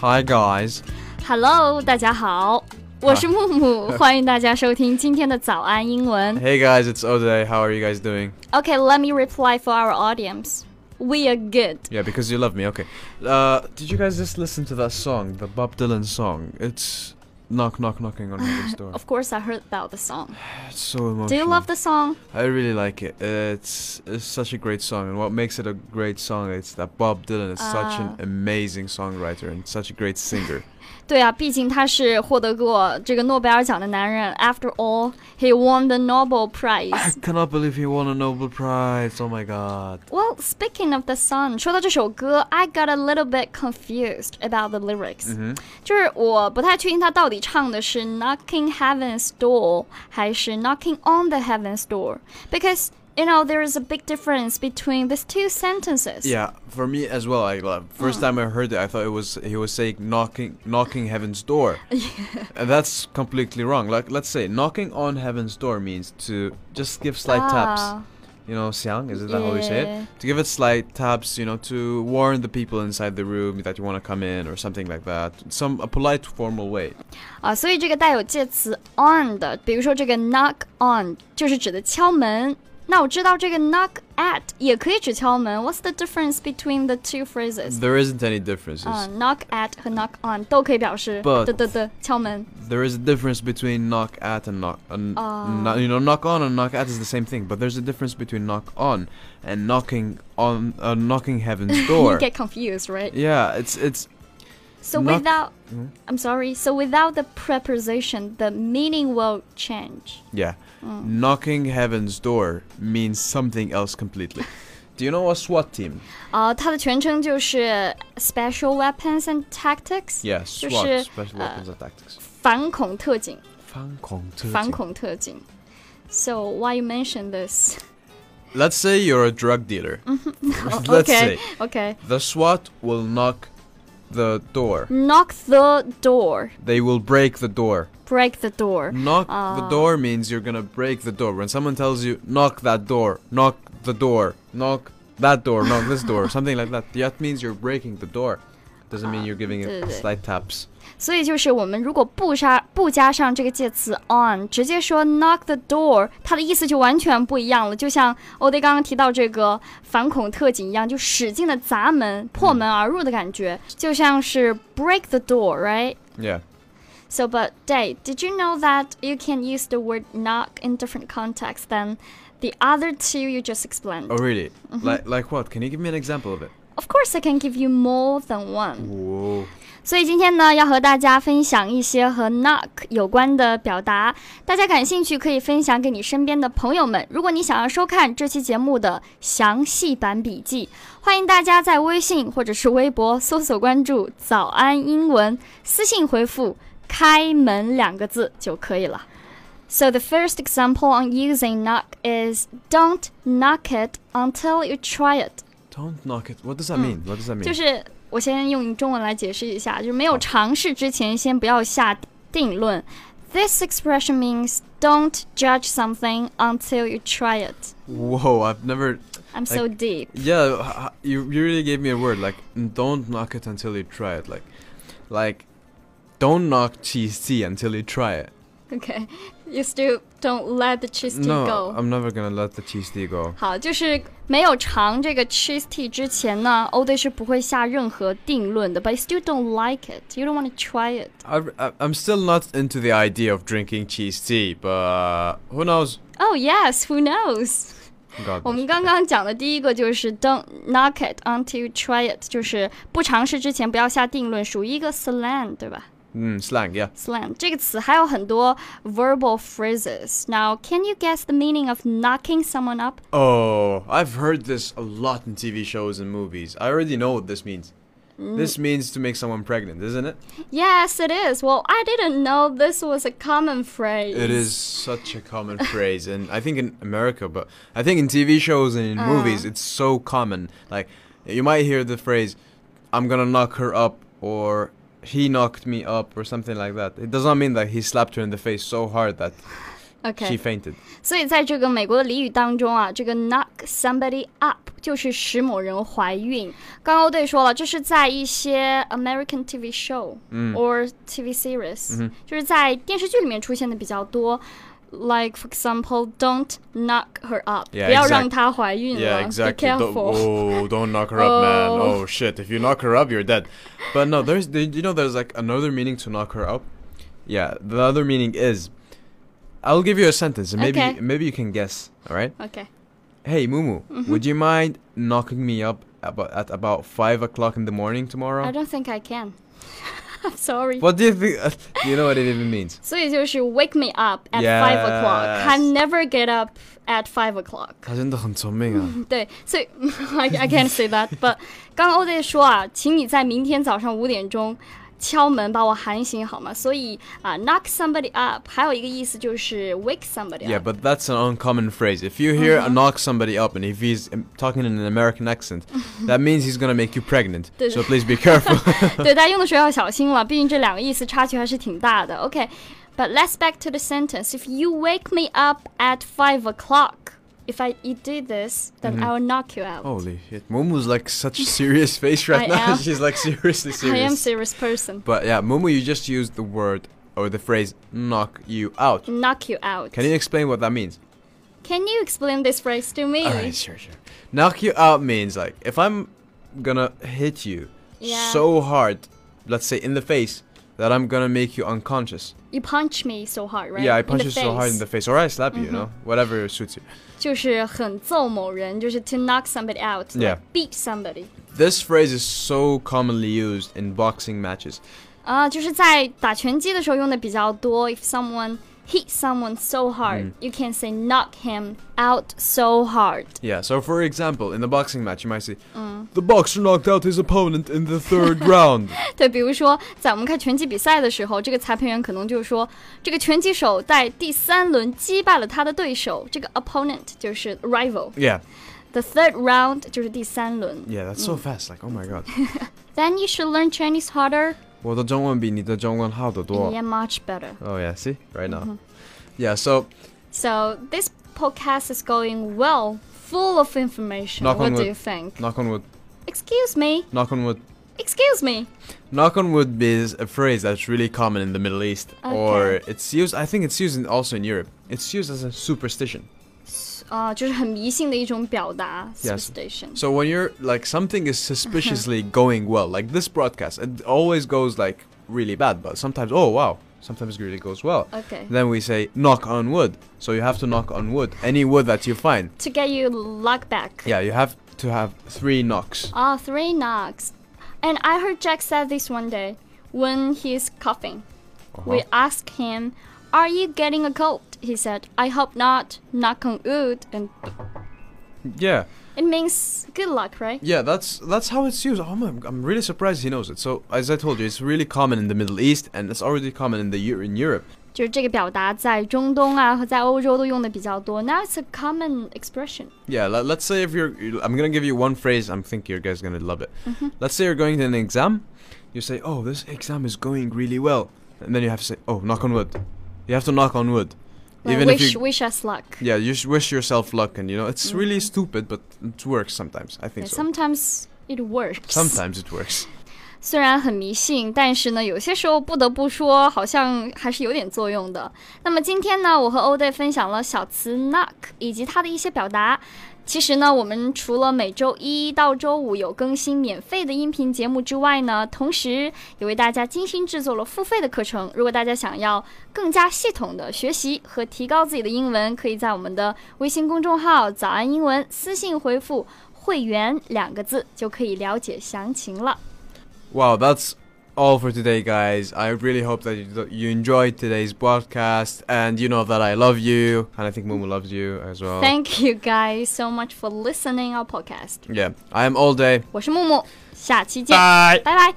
Hi guys， Hello，大家好，我是木木，欢迎大家收听今天的早安英文。 hey guys, it's Ode. How are you guys doing? OK，let、me reply for our audience. We are good. Yeah, because you love me. Okay. Uh, did you guys just listen to that song, the Bob Dylan song? It's knock knock knocking on heaven's door. Of course, I heard about the song. It's so emotional. Do you love the song? I really like it. It's, it's such a great song, and what makes it a great song is that Bob Dylan is such an Ah. amazing songwriter and such a great singer. 对啊，毕竟他是获得过这个诺贝尔奖的男人。After all, he won the Nobel I Prize. cannot believe he won a Nobel Prize. Oh my God. Well, speaking of the song，说到这首歌，I got a little bit confused about the lyrics、就是我不太确定他到底唱的是 knocking heaven's door 还是 knocking on the heaven's door，because you know there is a big difference between these two sentences。 Yeah, for me as well. I love. First time I heard it, I thought it was he was saying knocking, knocking heaven's door, and that's completely wrong. Like let's say knocking on heaven's door means to just give slight Ah. taps. You know, xiang is it that how you say Yeah. it? To give it slight taps, you know, to warn the people inside the room that you want to come in or something like that. Some a polite, formal way. 啊，Ah, 所以这个带有介词 on 的，比如说这个 knock on 就是指的敲门。那我知道这个 knock at 也可以指敲门。What's the difference between the two phrases？ There isn't any differences. 啊、k n o c k at 和 knock on 都可以表示 But- 的的的敲门。 There is a difference between knock at and knock, and Ah. kno- you know, knock on and knock at is the same thing, but there's a difference between knock on and knocking on, uh, knocking heaven's You door. get confused, right? yeah, it's it's So knock- without, Mhm. I'm sorry. So without the preposition, the meaning will change. yeah, Ah. knocking heaven's door means something else completely. Do you know a SWAT team? 啊、Uh, 它的全称就是 Special Weapons and Tactics，、 Yeah, 就 SWAT, 是 special weapons and tactics. 反恐特警。反反恐特警.恐特警。So why you mention this? Let's say you're a drug dealer. Let's Oh, okay, say okay. the SWAT will knock the door. Knock the door. They will break the door. Break the door. Knock the Ah. door means you're gonna break the door. When someone tells you, knock that door, knock the door, knock that door, knock this door, something like that, that means you're breaking the door. Doesn't mean you're giving it 对，对，对。 slight taps. 所以就是我们如果不加不加上这个介词 on，直接说 knock the door，它的意思就完全不一样了。就像欧弟刚刚提到这个反恐特警一样，就使劲的砸门、破门而入的感觉，就像是 break the door，right？ Yeah. So, but Day, did you know that you can use the word knock in different contexts than the other two you just explained? Oh, really? Like, like what? Can you give me an example of it? Of course, I can give you more than one. Whoa. 所以今天呢，要和大家分享一些和 knock 有关的表达，大家感兴趣可以分享给你身边的朋友们。如果你想要收看这期节目的详细版笔记，欢迎大家在微信或者是微博搜索关注“早安英文”，私信回复“开门”两个字就可以了。So the first example on using knock is don't knock it until you try it。 Don't knock it. What does that mean? What does that mean? 就是我先用中文来解释一下，就是没有尝试之前，先不要下定论。This expression means don't judge something until you try it. Whoa, I've never. I'm so deep. Yeah, h- h- you, you really gave me a word. Like, don't knock it until you try it. Like, like, don't knock cheese tea until you try it. Okay, you still don't let the cheese tea No, um- go. I'm never gonna let the cheese tea go. 好，就是没有尝这个 cheese tea 之前呢，欧队是不会下任何定论的。But you still don't like it. You don't want to try it. I, I, I'm still not into the idea of drinking cheese tea, but who knows? Oh yes, who knows? God 我们 knows. 刚刚讲的第一个就是 don't knock it until you try it，就是不尝试之前不要下定论，属于一个 slang，对吧 Mm, slang, yeah. ？slang 这个词还有很多 verbal phrases。Now, can you guess the meaning of knocking someone up？ Oh, I've heard this a lot in TV shows and movies. I already know what this means. This means to make someone pregnant, isn't it? Yes, it is. Well, I didn't know this was a common phrase. It is such a common phrase, and I think in America, but I think in TV shows and in Uh. movies, it's so common. Like, you might hear the phrase, "I'm gonna knock her up," or "He knocked me up," or something like that. It does not mean that he slapped her in the face so hard that She OK， fainted. 所以在这个美国的俚语当中啊，这个 knock somebody up 就是使某人怀孕。刚刚队说了，这是在一些 American TV show 嗯 or TV series，、嗯哼就是在电视剧里面出现的比较多。Like for example, don't knock her up，、 Yeah, 不要 exact- 让她怀孕了。 Yeah, exactly. Be Don't- careful. oh, don't knock her up, man. Oh. Oh shit! If you knock her up, you're dead. But no, there's do you know there's like another meaning to knock her up. Yeah, the other meaning is, I'll give you a sentence and maybe Okay. maybe you can guess. All right. OK， Hey, Mumu, Mm-hmm. would you mind knocking me up about at about five o'clock in the morning tomorrow? I don't think I can. I'm sorry. What do you think? Uh, you know what it even means? 所以就是 wake me up at five o'clock. Yes. I never get up at five o'clock. 她真的很聪明啊。对，所以 I I can't say that. But 刚刚 OJ 说啊，请你在明天早上五点钟敲门把我喊醒好吗？所以啊，knock somebody up 还有一个意思就是 wake somebody Yeah, up。 but that's an uncommon phrase. If you hear Mm-hmm. a knock somebody up and if he's um, talking in an American accent, that means he's gonna make you pregnant. Mm-hmm. Does- So please be careful. 对，大家用的时候要小心了，毕竟这两个意思差距还是挺大的。OK, but let's back to the sentence. If you wake me up at five o'clock, if I you did this, then Mm-hmm. I will knock you out. Holy shit. Momo's like such serious face right I now. am. She's like seriously serious. I am serious person. But yeah, Momo, you just used the word or the phrase knock you out. Knock you out. Can you explain what that means? Can you explain this phrase to me? Alright, sure, sure. Knock you out means like if I'm gonna hit you Yeah. so hard, let's say in the face, that I'm gonna make you unconscious. You punch me so hard, right? Yeah, I In the punch you so hard in the face. face, Mm-hmm. or I slap you, you know, whatever suits you. 就是很揍某人，就是 to knock somebody out, Yeah. like beat somebody. This phrase is so commonly used in boxing matches. 啊、就是在打拳击的时候用的比较多。If someone hit someone so hard,、you Mm. can say knock him out so hard. Yeah, so for example, in the boxing match, you might see Mm. the boxer knocked out his opponent in the third round. 对，比如说在我们看拳击比赛的时候，这个裁判员可能就说，这个拳击手在第三轮击败了他的对手，这个 opponent 就是 rival。 Yeah, The third round 就是第三轮。 yeah, that's so Mm. fast. Like, oh my god. Then you should learn Chinese harder. 我的中文比你的中文好得多。 Yeah, Mm-hmm. much better. Oh yeah, see right now. Yeah, so So this podcast is going well, full of information. Knock on what do wood. you think? knock on wood, Excuse me. knock on wood. Excuse me. Knock on wood is a phrase that's really common in the Middle East, or Okay. it's used. I think it's used in, also in Europe. It's used as a superstition. 啊、uh, 就是很迷信的一种表达 Yes. superstition. So when you're like something is suspiciously Uh-huh. going well, like this broadcast, it always goes like really bad, but sometimes oh wow, sometimes it really goes well. Okay. Then we say knock on wood. So you have to knock on wood, any wood that you find. To get you luck back. Yeah, you have to have three knocks. Ah, three knocks. And I heard Jack said this one day when he's coughing. We Uh-huh. asked him, "Are you getting a cold?" He said, "I hope not. Knock on wood." And Yeah. it means good luck, right? Yeah, that's that's how it's used. Oh, I'm, I'm really surprised he knows it. So as I told you, it's really common in the Middle East, and it's already common in the Eu- in Europe. 就是这个表达在中东啊和在欧洲都用的比较多。Now it's a common expression. Yeah, let, let's say if you're, you- I'm gonna give you one phrase. I'm think you guys gonna love it. Let's say you're going to an exam. You say, "Oh, this exam is going really well," and then you have to say, "Oh, knock on wood." You have to knock on wood, Like, even wish, if you. wish us luck. yeah, you sh- wish yourself luck, and you know it's really stupid, but it works sometimes. I think so. Sometimes it works. sometimes it works. 虽然很迷信，但是呢，有些时候不得不说，好像还是有点作用的。那么今天呢，我和欧队分享了小词 knock 以及它的一些表达。其实呢，我们除了每周一到周五有更新免费的音频节目之外呢，同时也为大家精心制作了付费的课程。如果大家想要更加系统的学习和提高自己的英文，可以在我们的微信公众号“早安英文”私信回复“会员”两个字，就可以了解详情了。 Wow, that's all for today, guys. I really hope that you, that you enjoyed today's podcast, and you know that I love you, and I think Mumu loves you as well. Thank you guys so much for listening our podcast. yeah, I am all day. 我是木木，下期见， Bye. 拜拜。